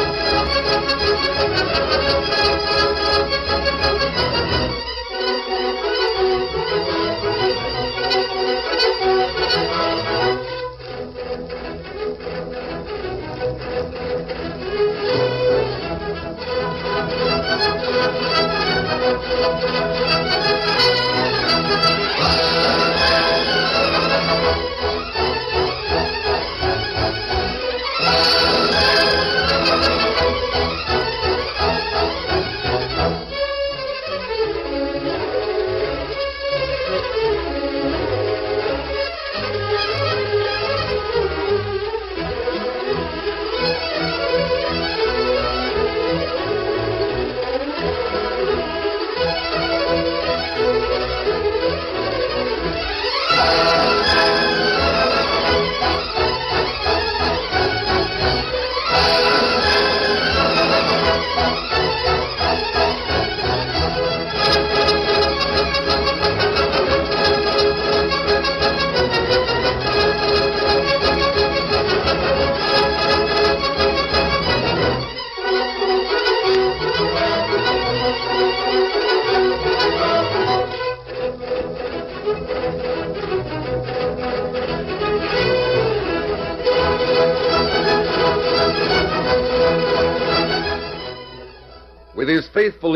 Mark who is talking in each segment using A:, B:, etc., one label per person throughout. A: With his faithful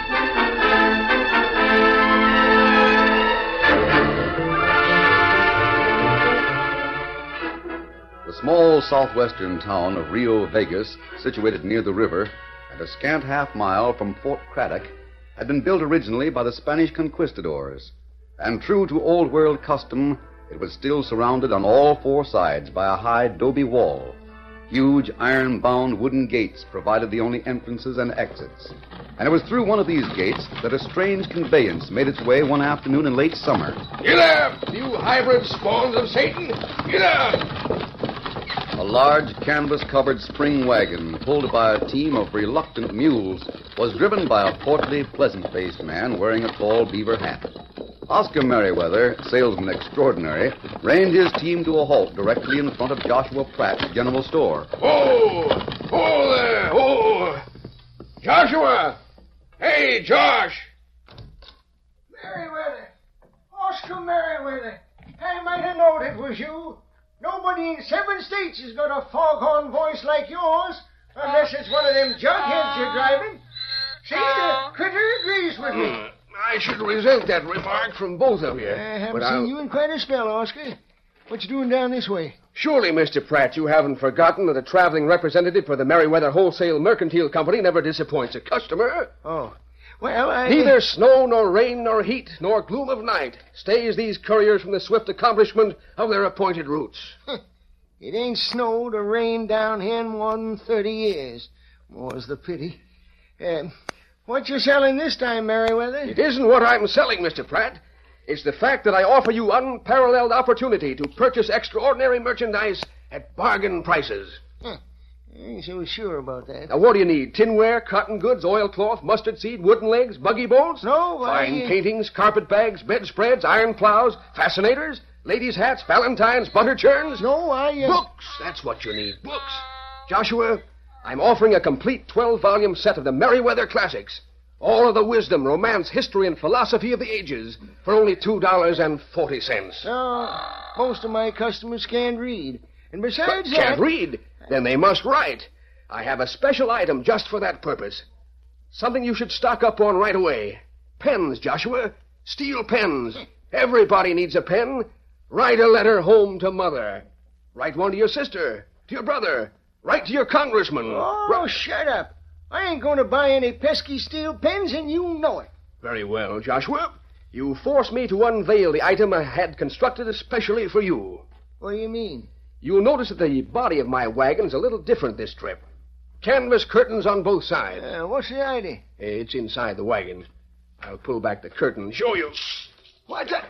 A: The small southwestern town of Rio Vegas, situated near the river and a scant half mile from Fort Craddock, had been built originally by the Spanish conquistadors. And true to old world custom, it was still surrounded on all four sides by a high adobe wall. Huge iron bound wooden gates provided the only entrances and exits. And it was through one of these gates that a strange conveyance made its way one afternoon in late summer.
B: Get up, you hybrid spawns of Satan! Get up!
A: A large canvas covered spring wagon, pulled by a team of reluctant mules, was driven by a portly, pleasant faced man wearing a tall beaver hat. Oscar Merriweather, salesman extraordinary, reined his team to a halt directly in front of Joshua Pratt's general store.
B: Oh! Oh there! Oh! Joshua! Hey, Josh!
C: Merriweather! Oscar Merriweather! I might have known it was you. Nobody in seven states has got a foghorn voice like yours, unless it's one of them junkheads you're driving. See, the critter agrees with
B: Hmm.
C: me.
B: I should resent that remark from both of you.
C: I haven't
B: but
C: seen
B: I'll-
C: you in quite a spell, Oscar. What you doing down this way?
B: Surely, Mr. Pratt, you haven't forgotten that a traveling representative for the Merriweather Wholesale Mercantile Company never disappoints a customer.
C: Oh, well, I...
B: Neither snow nor rain nor heat nor gloom of night stays these couriers from the swift accomplishment of their appointed routes.
C: It ain't snowed or rained down here in more than 30 years. More's the pity. Uh, what you selling this time, Merriweather?
B: It isn't what I'm selling, Mr. Pratt. It's the fact that I offer you unparalleled opportunity to purchase extraordinary merchandise at bargain prices.
C: ain't so sure about that.
B: Now, what do you need? Tinware, cotton goods, oilcloth, mustard seed, wooden legs, buggy bolts?
C: No, I-
B: Fine paintings, carpet bags, bedspreads, iron plows, fascinators, ladies' hats, valentines, butter churns?
C: No, I. Uh,
B: Books! That's what you need, books. Joshua, I'm offering a complete 12 volume set of the Merriweather Classics. All of the wisdom, romance, history, and philosophy of the ages for only $2.40.
C: No, Uh, most of my customers can't read. And besides
B: But can't
C: that,
B: read. Then they must write. I have a special item just for that purpose. Something you should stock up on right away. Pens, Joshua. Steel pens. Everybody needs a pen. Write a letter home to mother. Write one to your sister, to your brother. Write to your congressman.
C: Oh,
B: Write-
C: shut up. I ain't going to buy any pesky steel pens, and you know it.
B: Very well, Joshua. You force me to unveil the item I had constructed especially for you.
C: What do you mean?
B: You'll notice that the body of my wagon's a little different this trip. Canvas curtains on both sides.
C: Uh, what's the idea?
B: It's inside the wagon. I'll pull back the curtain and show you.
C: What's that?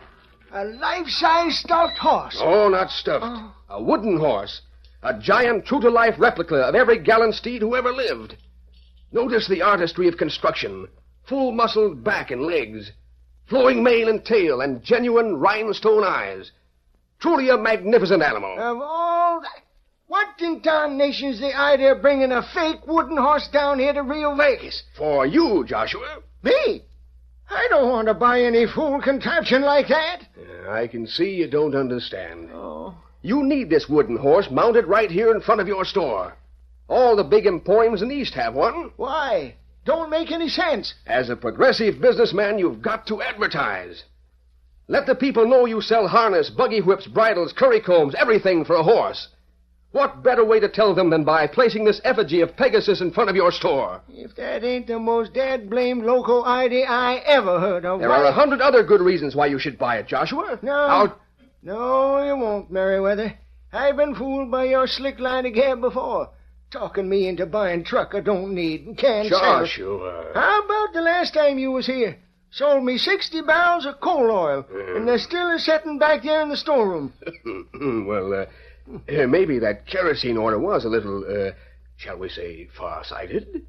C: A life-size stuffed horse.
B: Oh, not stuffed.
C: Oh.
B: A wooden horse. A giant, true to life replica of every gallant steed who ever lived. Notice the artistry of construction full muscled back and legs, flowing mane and tail, and genuine rhinestone eyes. Truly a magnificent animal.
C: Of all that, what in tarnation's the idea of bringing a fake wooden horse down here to Rio Vegas?
B: For you, Joshua.
C: Me? I don't want to buy any fool contraption like that.
B: Uh, I can see you don't understand.
C: Oh.
B: You need this wooden horse mounted right here in front of your store. All the big emporiums in the East have one.
C: Why? Don't make any sense.
B: As a progressive businessman, you've got to advertise. Let the people know you sell harness, buggy whips, bridles, curry combs, everything for a horse. What better way to tell them than by placing this effigy of Pegasus in front of your store?
C: If that ain't the most dad blamed loco idea I ever heard of.
B: There
C: Why-
B: are a hundred other good reasons why you should buy it, Joshua.
C: No.
B: I'll-
C: No, you won't, Merriweather. I've been fooled by your slick line of gab before. Talking me into buying truck I don't need and can't sell.
B: Joshua.
C: How about the last time you was here? Sold me 60 barrels of coal oil, and they're still a setting back there in the storeroom.
B: well, uh, uh, maybe that kerosene order was a little, uh, shall we say, far-sighted.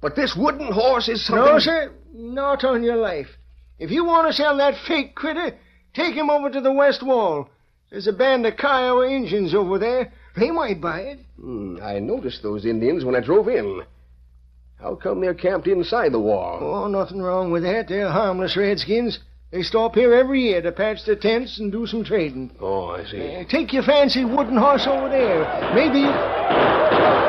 B: But this wooden horse is something.
C: No, sir, not on your life. If you want to sell that fake critter, take him over to the west wall. There's a band of Kiowa Indians over there. They might buy it.
B: Hmm, I noticed those Indians when I drove in. How come they're camped inside the wall?
C: Oh, nothing wrong with that. They're harmless redskins. They stop here every year to patch their tents and do some trading.
B: Oh, I see.
C: Uh, take your fancy wooden horse over there. Maybe you...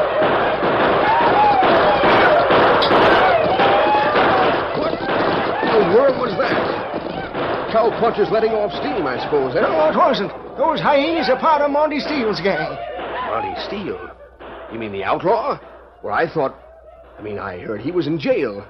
B: What in the world was that? Cowpunchers letting off steam, I suppose,
C: No,
B: eh?
C: it wasn't. Those hyenas are part of Monty Steele's gang.
B: Monty Steele. You mean the outlaw? Well, I thought... I mean, I heard he was in jail.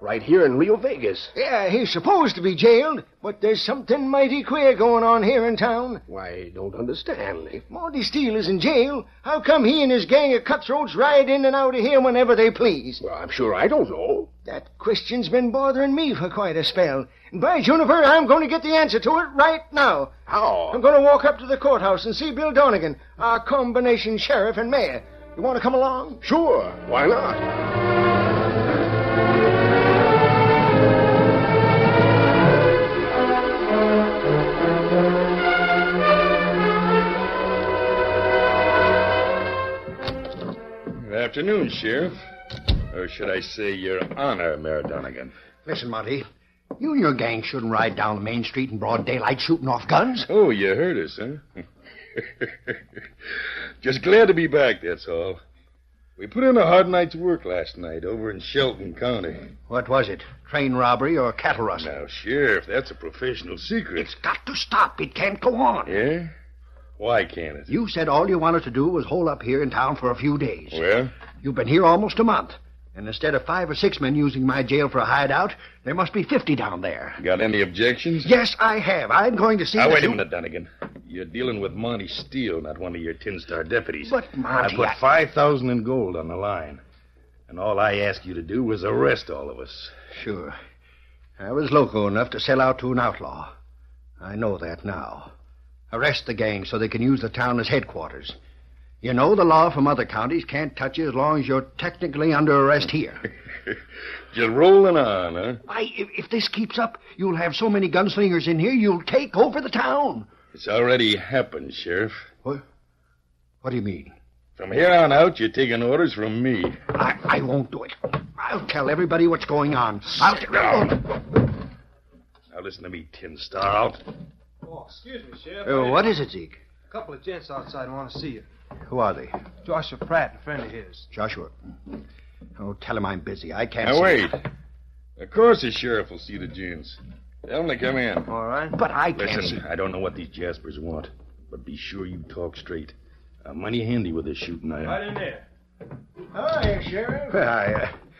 B: Right here in Rio Vegas.
C: Yeah, he's supposed to be jailed, but there's something mighty queer going on here in town.
B: Why, I don't understand.
C: Monty Steele is in jail. How come he and his gang of cutthroats ride in and out of here whenever they please?
B: Well, I'm sure I don't know.
C: That question's been bothering me for quite a spell. And by Juniper, I'm going to get the answer to it right now.
B: How?
C: I'm going to walk up to the courthouse and see Bill Donegan, our combination sheriff and mayor. You want to come along?
B: Sure, why not?
D: Good afternoon, Sheriff. Or should I say, Your Honor, Mayor Donegan.
E: Listen, Monty. You and your gang shouldn't ride down the main street in broad daylight shooting off guns.
D: Oh, you heard us, huh? Just glad to be back, that's all. We put in a hard night's work last night over in Shelton County.
E: What was it? Train robbery or cattle rustling?
D: Now, Sheriff, that's a professional secret.
E: It's got to stop. It can't go on.
D: Yeah? Why can't it?
E: You said all you wanted to do was hole up here in town for a few days.
D: Well,
E: You've been here almost a month. And instead of five or six men using my jail for a hideout, there must be 50 down there.
D: got any objections?
E: Yes, I have. I'm going to see.
D: Now,
E: that
D: wait a
E: you-
D: minute, Donegan. You're dealing with Monty Steele, not one of your tin star deputies.
E: But, Monty,
D: I put
E: I-
D: five thousand in gold on the line, and all I asked you to do was arrest all of us.
E: Sure. I was loco enough to sell out to an outlaw. I know that now. Arrest the gang so they can use the town as headquarters. You know the law from other counties can't touch you as long as you're technically under arrest here.
D: Just rolling on, huh?
E: Why, if, if this keeps up, you'll have so many gunslingers in here, you'll take over the town.
D: It's already happened, Sheriff.
E: What do you mean?
D: From here on out, you're taking orders from me.
E: I, I won't do it.
A: I'll tell everybody what's going on. I'll.
F: Now listen to me, Tin Star. I'll...
G: Oh, excuse me, Sheriff.
C: Oh,
A: Uh, what is it, Zeke?
G: A couple of gents outside want to see you.
A: Who are they?
G: Joshua Pratt, and a friend of his.
A: Joshua. Oh, tell him I'm busy. I can't.
F: Now
A: see-
F: wait. Of course the sheriff will see the gins. Tell him to come in.
G: All right.
A: But I can't.
F: Listen, I don't know what these Jaspers want, but be sure you talk straight. I'm mighty handy with this shooting iron.
G: Right in there.
C: Hi, Sheriff.
A: Well, I,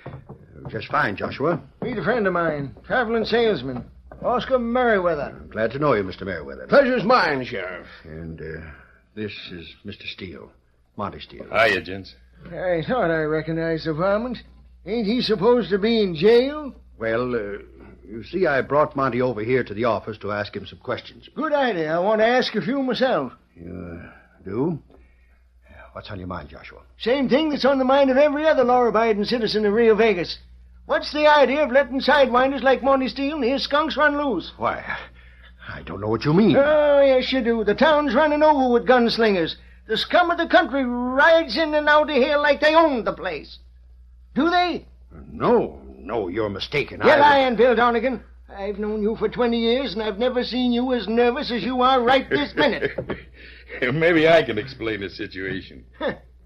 A: uh, just fine, Joshua.
C: Meet a friend of mine, traveling salesman, Oscar Merriweather.
A: I'm glad to know you, Mr. Merriweather.
B: Pleasure's mine, Sheriff.
A: And uh, this is Mr. Steele, Monty Steele.
F: Hiya, gents.
C: I thought I recognized the varmint. Ain't he supposed to be in jail?
A: Well, uh, you see, I brought Monty over here to the office to ask him some questions.
C: Good idea. I want to ask a few myself.
A: You uh, do? What's on your mind, Joshua?
C: Same thing that's on the mind of every other law-abiding citizen of Rio Vegas. What's the idea of letting sidewinders like Monty Steele and his skunks run loose?
A: Why, I don't know what you mean.
C: Oh, yes, you do. The town's running over with gunslingers. The scum of the country rides in and out of here like they own the place. Do they?
A: No, no, you're mistaken.
C: You're lying, Bill Donegan. I've known you for 20 years, and I've never seen you as nervous as you are right this minute.
F: Maybe I can explain the situation.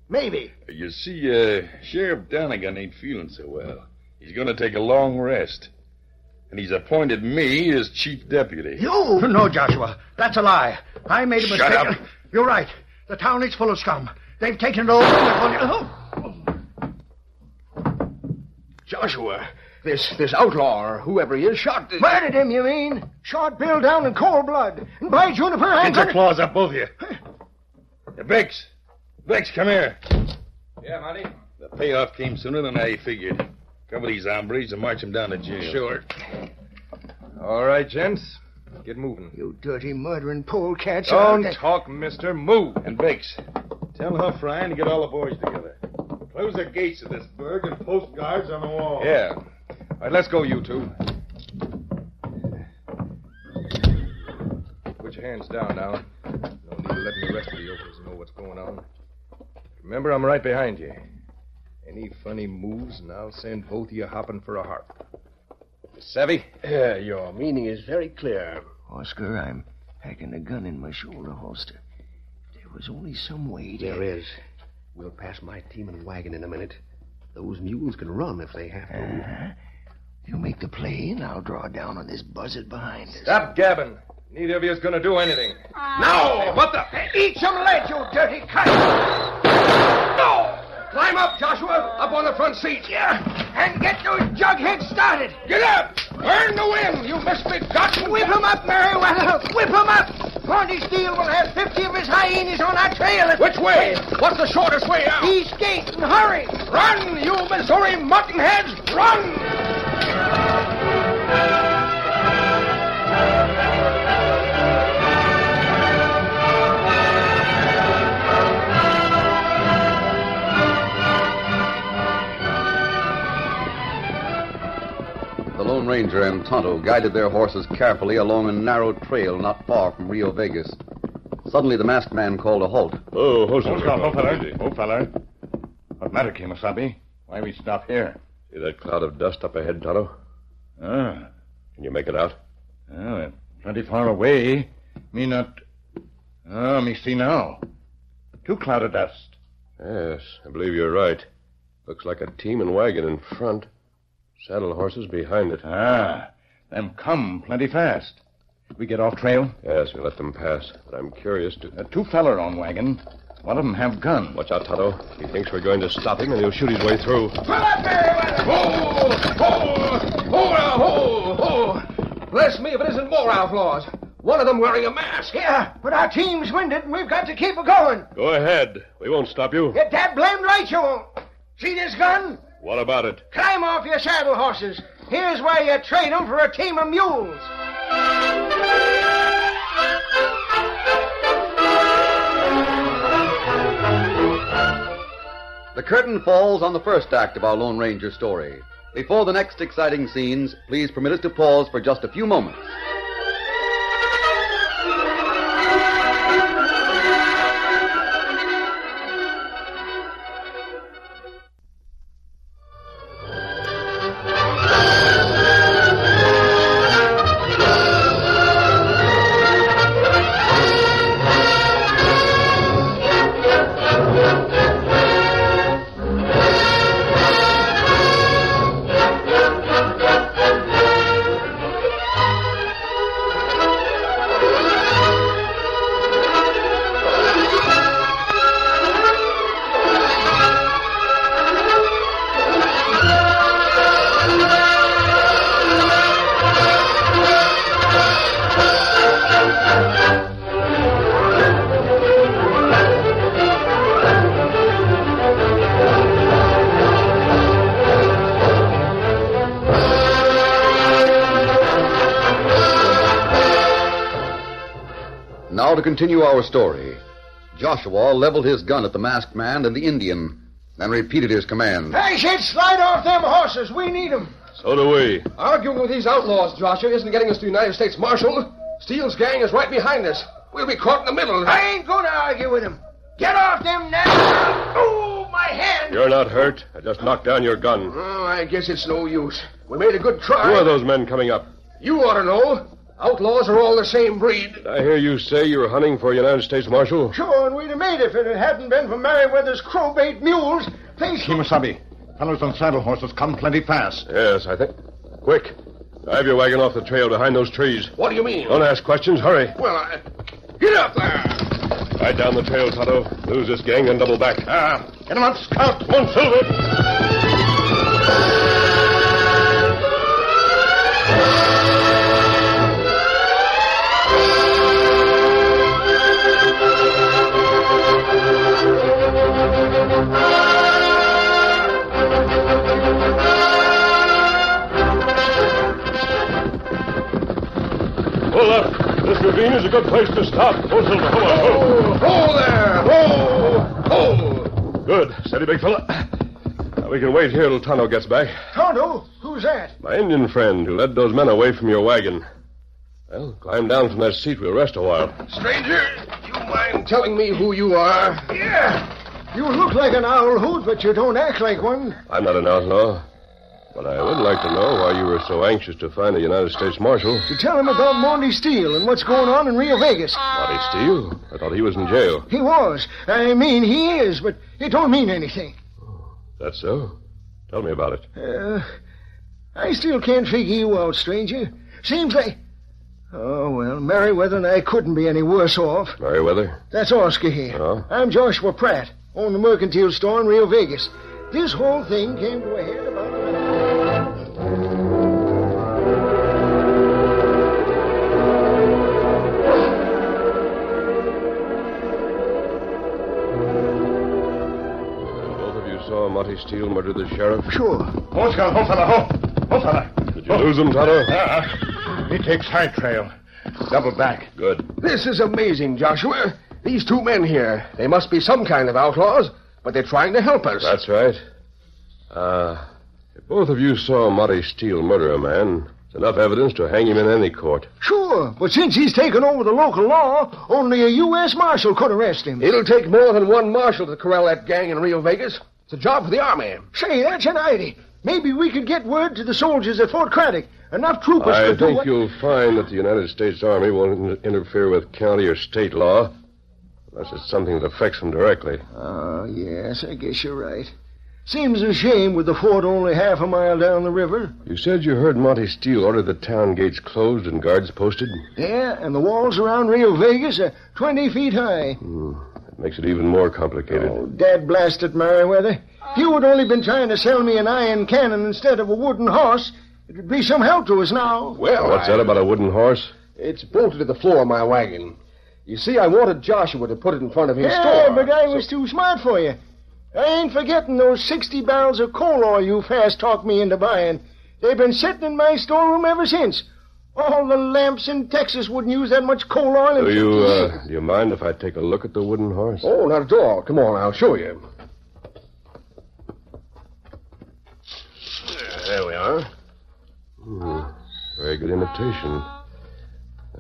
C: Maybe.
F: You see, uh, Sheriff Donegan ain't feeling so well. He's going to take a long rest. And he's appointed me as chief deputy.
A: You? No, Joshua, that's a lie. I made a
F: Shut
A: mistake.
F: up.
A: You're right. The town is full of scum. They've taken it over. and they're going to-
B: Joshua, this this outlaw or whoever he is shot. the-
C: Murdered him, you mean? Shot Bill down in cold blood. And by Juniper, I'm
F: Get your
C: gonna...
F: claws up, both of you. Bex! Bex, come here.
G: Yeah, Monty.
F: The payoff came sooner than I figured. Cover these hombres and march them down to jail. Sure.
G: All right, gents. Get moving.
C: You dirty, murdering polecats.
G: Don't talk, mister. Move.
F: And Biggs, tell Huff Ryan to get all the boys together. Close the gates of this burg and post guards on the wall.
G: Yeah. All right, let's go, you two. Put your hands down now. No need to letting the rest of the operatives know what's going on. Remember, I'm right behind you. Any funny moves, and I'll send both of you hopping for a harp. Savvy?
B: Yeah, your meaning is very clear.
H: Oscar, I'm packing a gun in my shoulder holster. There was only some way to.
B: There is. We'll pass my team and wagon in a minute. Those mules can run if they have to.
H: Uh-huh. You make the play, and I'll draw down on this buzzard behind us.
G: Stop gabbing. Neither of you is going to do anything.
B: No! What the? Uh, Eat some lead, you dirty cut! No! Climb up, Joshua! Up on the front seat! Yeah! And get those jugheads started! Get up! Burn the will, you misbegotten! Whip him up, Merriweather! Whip him up! Ponty Steele will have 50 of his hyenas on our trail. Which way? What's the shortest way out? East gate, and hurry! Run, you Missouri muttonheads! Run!
I: The Lone Ranger and Tonto guided their horses carefully along a narrow trail not far from Rio Vegas. Suddenly, the masked man called a halt.
F: Oh, hold on.
J: Old feller. What matter, Kemosabe? Why we stop here?
F: See that cloud of dust up ahead, Tonto?
J: Ah,
F: Can you make it out?
J: well, we're plenty far away. Me not.
A: ah,
J: Oh, me see now. Two cloud of dust.
F: Yes, I believe you're right. Looks like a team and wagon in front, saddle horses behind it.
J: Ah, them come plenty fast. We get off trail.
F: Yes, we let them pass, but I'm curious to.
J: Uh, two feller on wagon. One of them have gun.
F: Watch out, Tonto. He thinks we're going to stop him, and he'll shoot his way through.
B: Bless me if it isn't more outlaws. One of them wearing a mask.
C: Yeah, but our team's winded, and we've got to keep it going.
F: Go ahead. We won't stop you.
C: Get that blamed right, you won't. See this gun?
F: What about it?
C: Climb off your saddle horses. Here's where you trade 'em for a team of mules.
I: The curtain falls on the first act of our Lone Ranger story. Before the next exciting scenes, please permit us to pause for just a few moments.
A: Now to continue our story. Joshua leveled his gun at the masked man and the Indian, then repeated his command.
C: I said slide off them horses. We need 'em.
D: So do we.
B: Arguing with these outlaws, Joshua, isn't getting us to United States Marshal. Steele's gang is right behind us. We'll be caught in the middle.
C: I ain't going to argue with 'em. Get off them now. Oh, my hand.
F: You're not hurt. I just knocked down your gun.
B: Oh, I guess it's no use. We made a good try.
F: Who are those men coming up?
B: You ought to know. Outlaws are all the same breed.
F: Did I hear you say you were hunting for a United States Marshal?
C: Sure, and we'd have made it if it hadn't been for Merriweather's crowbait mules. Things.
K: Kimasabi, fellows on saddle horses come plenty fast.
F: Yes, I think. Quick. Drive your wagon off the trail behind those trees.
B: What do you mean?
F: Don't ask questions. Hurry.
B: Well, I... get up there.
F: Right down the trail, Toto. Lose this gang and double back.
K: Ah, get him out, scout.
F: Come on, Silver. Pull up. This ravine is a good place to stop. Oh, Silver, come on.
B: Oh, ho there. Ho, ho.
F: Good. Steady, big fella. Now we can wait here till Tonto gets back.
C: Tonto, who's that?
F: My Indian friend who led those men away from your wagon. Well, climb down from that seat. We'll rest a while.
B: Stranger, you mind telling me who you are?
C: Yeah. You look like an owl hoot, but you don't act like one.
F: I'm not an outlaw. But I would like to know why you were so anxious to find a United States Marshal.
C: To tell him about Monty Steele and what's going on in Rio Vegas.
F: Body Steele? I thought he was in jail.
C: He was. I mean, he is, but it don't mean anything.
F: That's so? Tell me about it.
C: Uh, I still can't figure you out, stranger. Seems like. Oh, well, Merriweather and I couldn't be any worse off.
F: Merriweather?
C: That's Oscar here.
F: Oh?
C: I'm Joshua Pratt, own the mercantile store in Rio Vegas. This whole thing came to a head about.
F: Both of you saw Monty Steele murder the sheriff.
C: Sure.
K: Ho, scout. Ho, fella. Ho. Ho, fella.
F: Did you lose him, Tonto?
K: Ah, he takes high trail. Double back.
F: Good.
B: This is amazing, Joshua. These two men here, they must be some kind of outlaws, but they're trying to help us.
F: That's right. Uh, if both of you saw Monty Steele murder a man, it's enough evidence to hang him in any court.
C: Sure, but since he's taken over the local law, only a U.S. Marshal could arrest him.
B: It'll take more than one marshal to corral that gang in Rio Vegas. It's a job for the army.
C: Say, that's an idea. Maybe we could get word to the soldiers at Fort Craddock. Enough troopers
F: I
C: could do
F: think
C: what...
F: you'll find that the United States Army won't in- interfere with county or state law unless it's something that affects them directly.
C: Oh, yes, I guess you're right. Seems a shame with the fort only half a mile down the river.
F: You said you heard Monty Steele order the town gates closed and guards posted.
C: Yeah, and the walls around Rio Vegas are 20 feet high.
F: It makes it even more complicated.
C: Oh, dad blast it, Merriweather. If you had only been trying to sell me an iron cannon instead of a wooden horse, it would be some help to us now.
B: Well,
F: What's that about a wooden horse?
B: It's bolted to the floor of my wagon. You see, I wanted Joshua to put it in front of his
C: yeah,
B: store.
C: but I was too smart for you. I ain't forgetting those 60 barrels of coal oil you fast talked me into buying. They've been sitting in my storeroom ever since. All the lamps in Texas wouldn't use that much coal oil. in
F: Do you, uh, do you mind if I take a look at the wooden horse?
B: Oh, not at all. Come on, I'll show you. There we are.
F: Hmm. Very good imitation.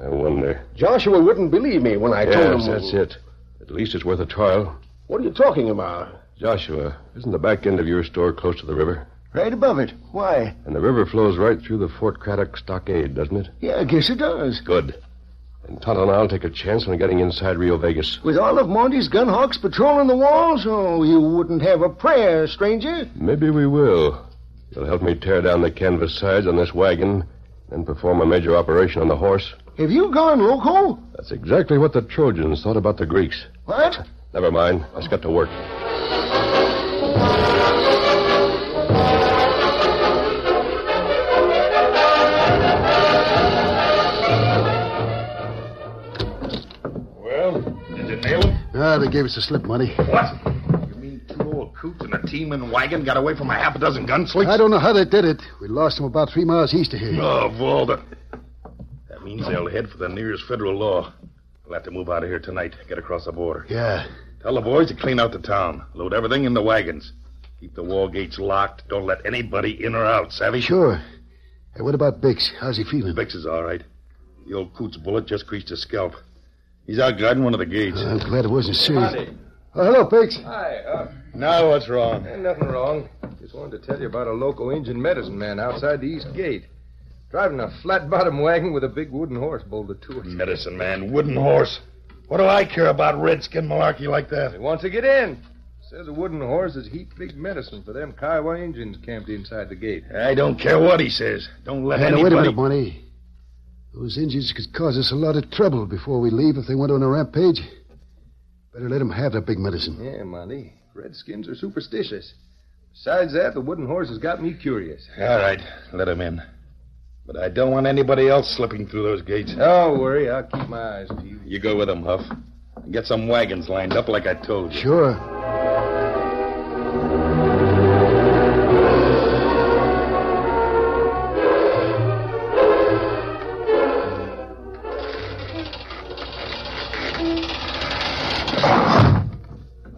F: I wonder.
B: Joshua wouldn't believe me when I told
F: yes,
B: him.
F: that's it. At least it's worth a trial.
B: What are you talking about?
F: Joshua, isn't the back end of your store close to the river?
C: Right above it. Why?
F: And the river flows right through the Fort Craddock stockade, doesn't it?
C: Yeah, I guess it does.
F: Good. And Tonto and I'll take a chance on getting inside Rio Vegas.
C: With all of Monty's gun hawks patrolling the walls, oh, you wouldn't have a prayer, stranger.
F: Maybe we will. You'll help me tear down the canvas sides on this wagon, then perform a major operation on the horse.
C: Have you gone loco?
F: That's exactly what the Trojans thought about the Greeks.
C: What?
F: Never mind. Let's get to work.
D: Well, did you nail him?
E: Ah, they gave us a slip, Money.
K: What? You mean two old coots and a team and wagon got away from a half a dozen
E: I
K: gunslings?
E: don't know how they did it. We lost them about three miles east of here.
K: Oh, of all the... That means they'll head for the nearest federal law.
A: We'll have to move out of here tonight, get across the border.
C: Yeah.
A: Tell the boys to clean out the town, load everything in the wagons. Keep the wall gates locked. Don't let anybody in or out, savvy?
C: Sure. Hey, what about Bix? How's he feeling?
A: Bix is all right. The old coot's bullet just creased his scalp. He's out guarding one of the gates.
C: I'm glad it wasn't serious. Oh, hello, Bix.
B: Hi. Uh,
A: Now what's wrong?
B: ain't nothing wrong. Just wanted to tell you about a local Indian medicine man outside the east gate. Driving a flat bottom wagon with a big wooden horse bolted to it.
A: Medicine man, wooden horse. What do I care about redskin malarkey like that?
B: He wants to get in. Says a wooden horse is heap big medicine for them Kiowa Indians camped inside the gate.
A: I don't care what he says. Don't let
C: Hey, now,
A: anybody.
C: wait a minute, Barney. Those Indians could cause us a lot of trouble before we leave if they went on a rampage. Better let them have their big medicine.
B: Yeah, Monty. Redskins are superstitious. Besides that, the wooden horse has got me curious.
A: All right, let him in. But I don't want anybody else slipping through those gates.
B: Don't worry, I'll keep my eyes peeled.
A: You go with him, Huff. Get some wagons lined up like I told you.
C: Sure.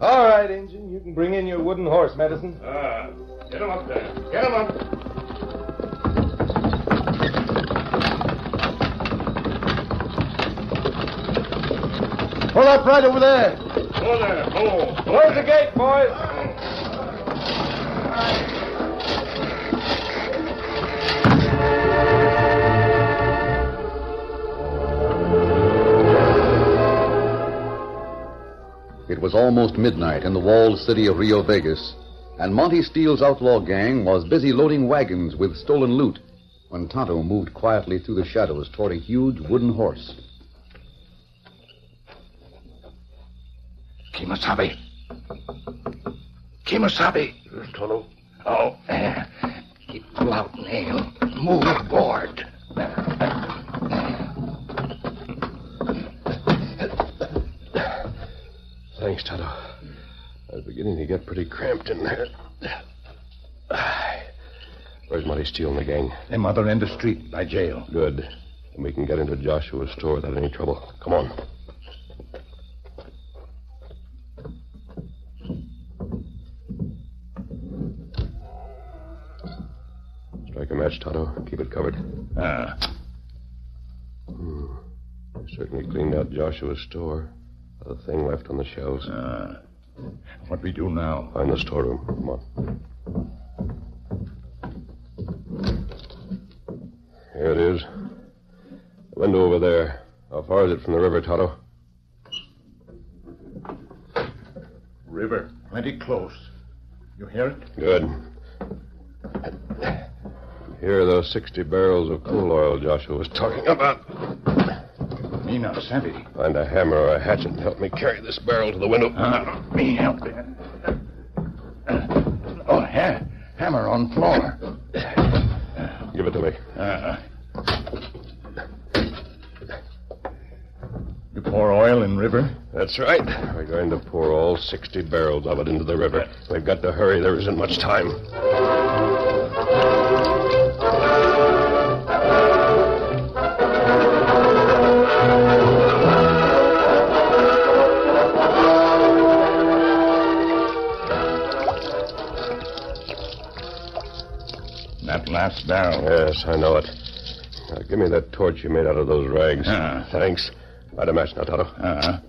B: All right, Injun, you can bring in your wooden horse medicine.
A: Ah, get him up there. Get him up.
C: Hold up right over there.
A: Go there. Go.
B: Close the gate, boys.
L: It was almost midnight in the walled city of Rio Vegas, and Monty Steele's outlaw gang was busy loading wagons with stolen loot when Tonto moved quietly through the shadows toward a huge wooden horse.
M: Kimasabi. Kimasabi. Tolo. Oh, eh. keep pull out nail. Move aboard.
F: Thanks, Tonto. I was beginning to get pretty cramped in there. Where's Monty Steele and the gang?
C: Them other end of street by jail.
F: Good. Then we can get into Joshua's store without any trouble. Come on. Strike a match, Tonto. Keep it covered. Hmm.
A: Ah,
F: Certainly cleaned out Joshua's store. The thing left on the shelves.
A: what we do now?
F: Find the storeroom. Come on. Here it is. The window over there. How far is it from the river, Toto?
C: River. Plenty close. You hear it?
F: Good. Here are those 60 barrels of coal oil Joshua was talking about.
C: Me not savvy.
F: Find a hammer or a hatchet and help me carry this barrel to the window.
M: Me help. Oh, ha- hammer on floor.
F: Give it to me.
C: Uh, you pour oil in river?
F: That's right. We're going to pour all 60 barrels of it into the river. We've got to hurry. There isn't much time.
C: That last barrel.
F: Yes, I know it. Now, give me that torch you made out of those rags.
C: Ah.
F: Thanks. Light a match now, Toto.
C: Uh-huh.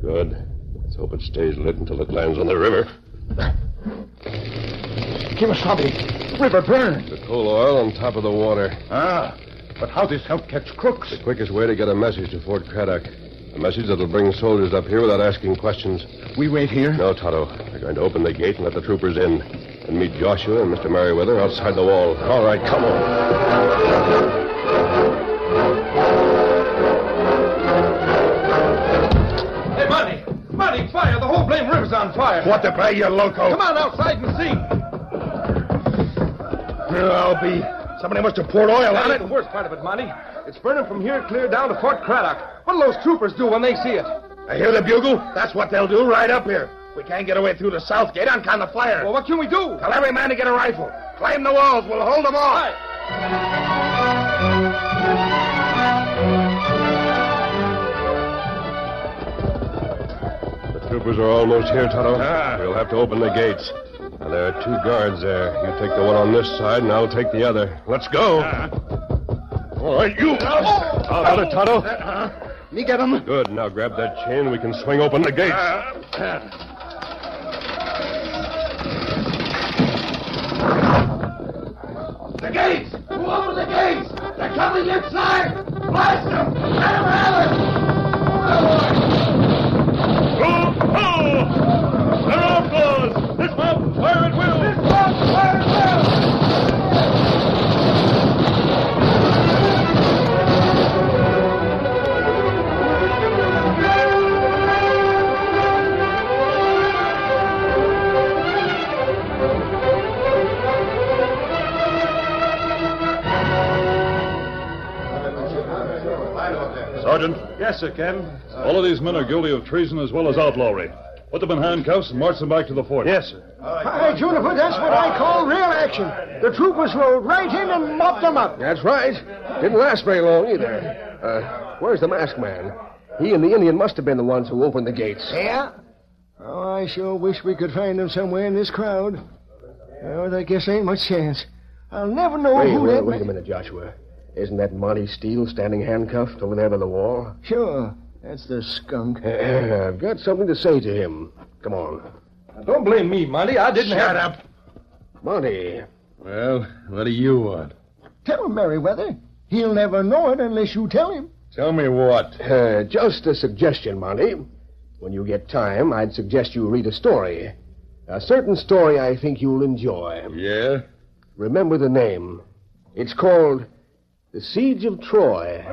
F: Good. Let's hope it stays lit until it lands on the river.
C: Kimasabi, river burn.
F: The coal oil on top of the water.
C: Ah, but how this help catch crooks?
F: The quickest way to get a message to Fort Craddock. A message that'll bring soldiers up here without asking questions.
C: We wait here?
F: No, Toto. We're going to open the gate and let the troopers in. And meet Joshua and Mr. Merriweather outside the wall. All right, come on.
B: Hey, Monty! Monty, fire! The whole blame river's on fire!
F: What the bay, you loco?
B: Come on outside and see!
F: I'll be. Somebody must have poured oil
B: That ain't the worst part of it, Monty. It's burning from here clear down to Fort Craddock. What'll those troopers do when they see it?
F: I hear the bugle. That's what they'll do right up here. We can't get away through the south gate on account of the flare.
B: Well, what can we do?
F: Tell every man to get a rifle. Climb the walls. We'll hold them off.
B: Aye.
F: troopers are almost here, Toto. We'll have to open the gates. Now, there are two guards there. You take the one on this side, and I'll take the other. Let's go. All right, you. I'll got it, Toto.
B: Me get him.
F: Good. Now grab that chain. We can swing open the gates.
N: The gates! Who opened the gates? They're coming inside! Blast them! Let them have it!
O: Sergeant,
P: Yes, sir, Uh, Captain.
O: all of these men are guilty of treason as well as outlawry. Put them in handcuffs and march them back to the fort.
P: Yes, sir.
C: Hi, Juniper, that's what I call real action. The troopers rode right in and mopped them up.
B: That's right. Didn't last very long either. Uh, where's the masked man? He and the Indian must have been the ones who opened the gates.
C: Yeah? Oh, I sure wish we could find them somewhere in this crowd. Oh, there guess ain't much chance. I'll never know
B: wait,
C: who
B: wait,
C: that
B: wait a
C: ma-
B: minute, Joshua. Isn't that Monty Steele standing handcuffed over there by the wall?
C: Sure, that's the skunk.
B: I've got something to say to him. Come on.
Q: Don't blame me, Monty. I didn't
B: Shut
Q: have...
B: up. Monty.
R: Well, what do you want?
C: Tell him, Merriweather. He'll never know it unless you tell him.
B: Tell me what? Uh, just a suggestion, Monty. When you get time, I'd suggest you read a story. A certain story I think you'll enjoy.
R: Yeah?
B: Remember the name. It's called The Siege of Troy.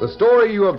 I: The story you have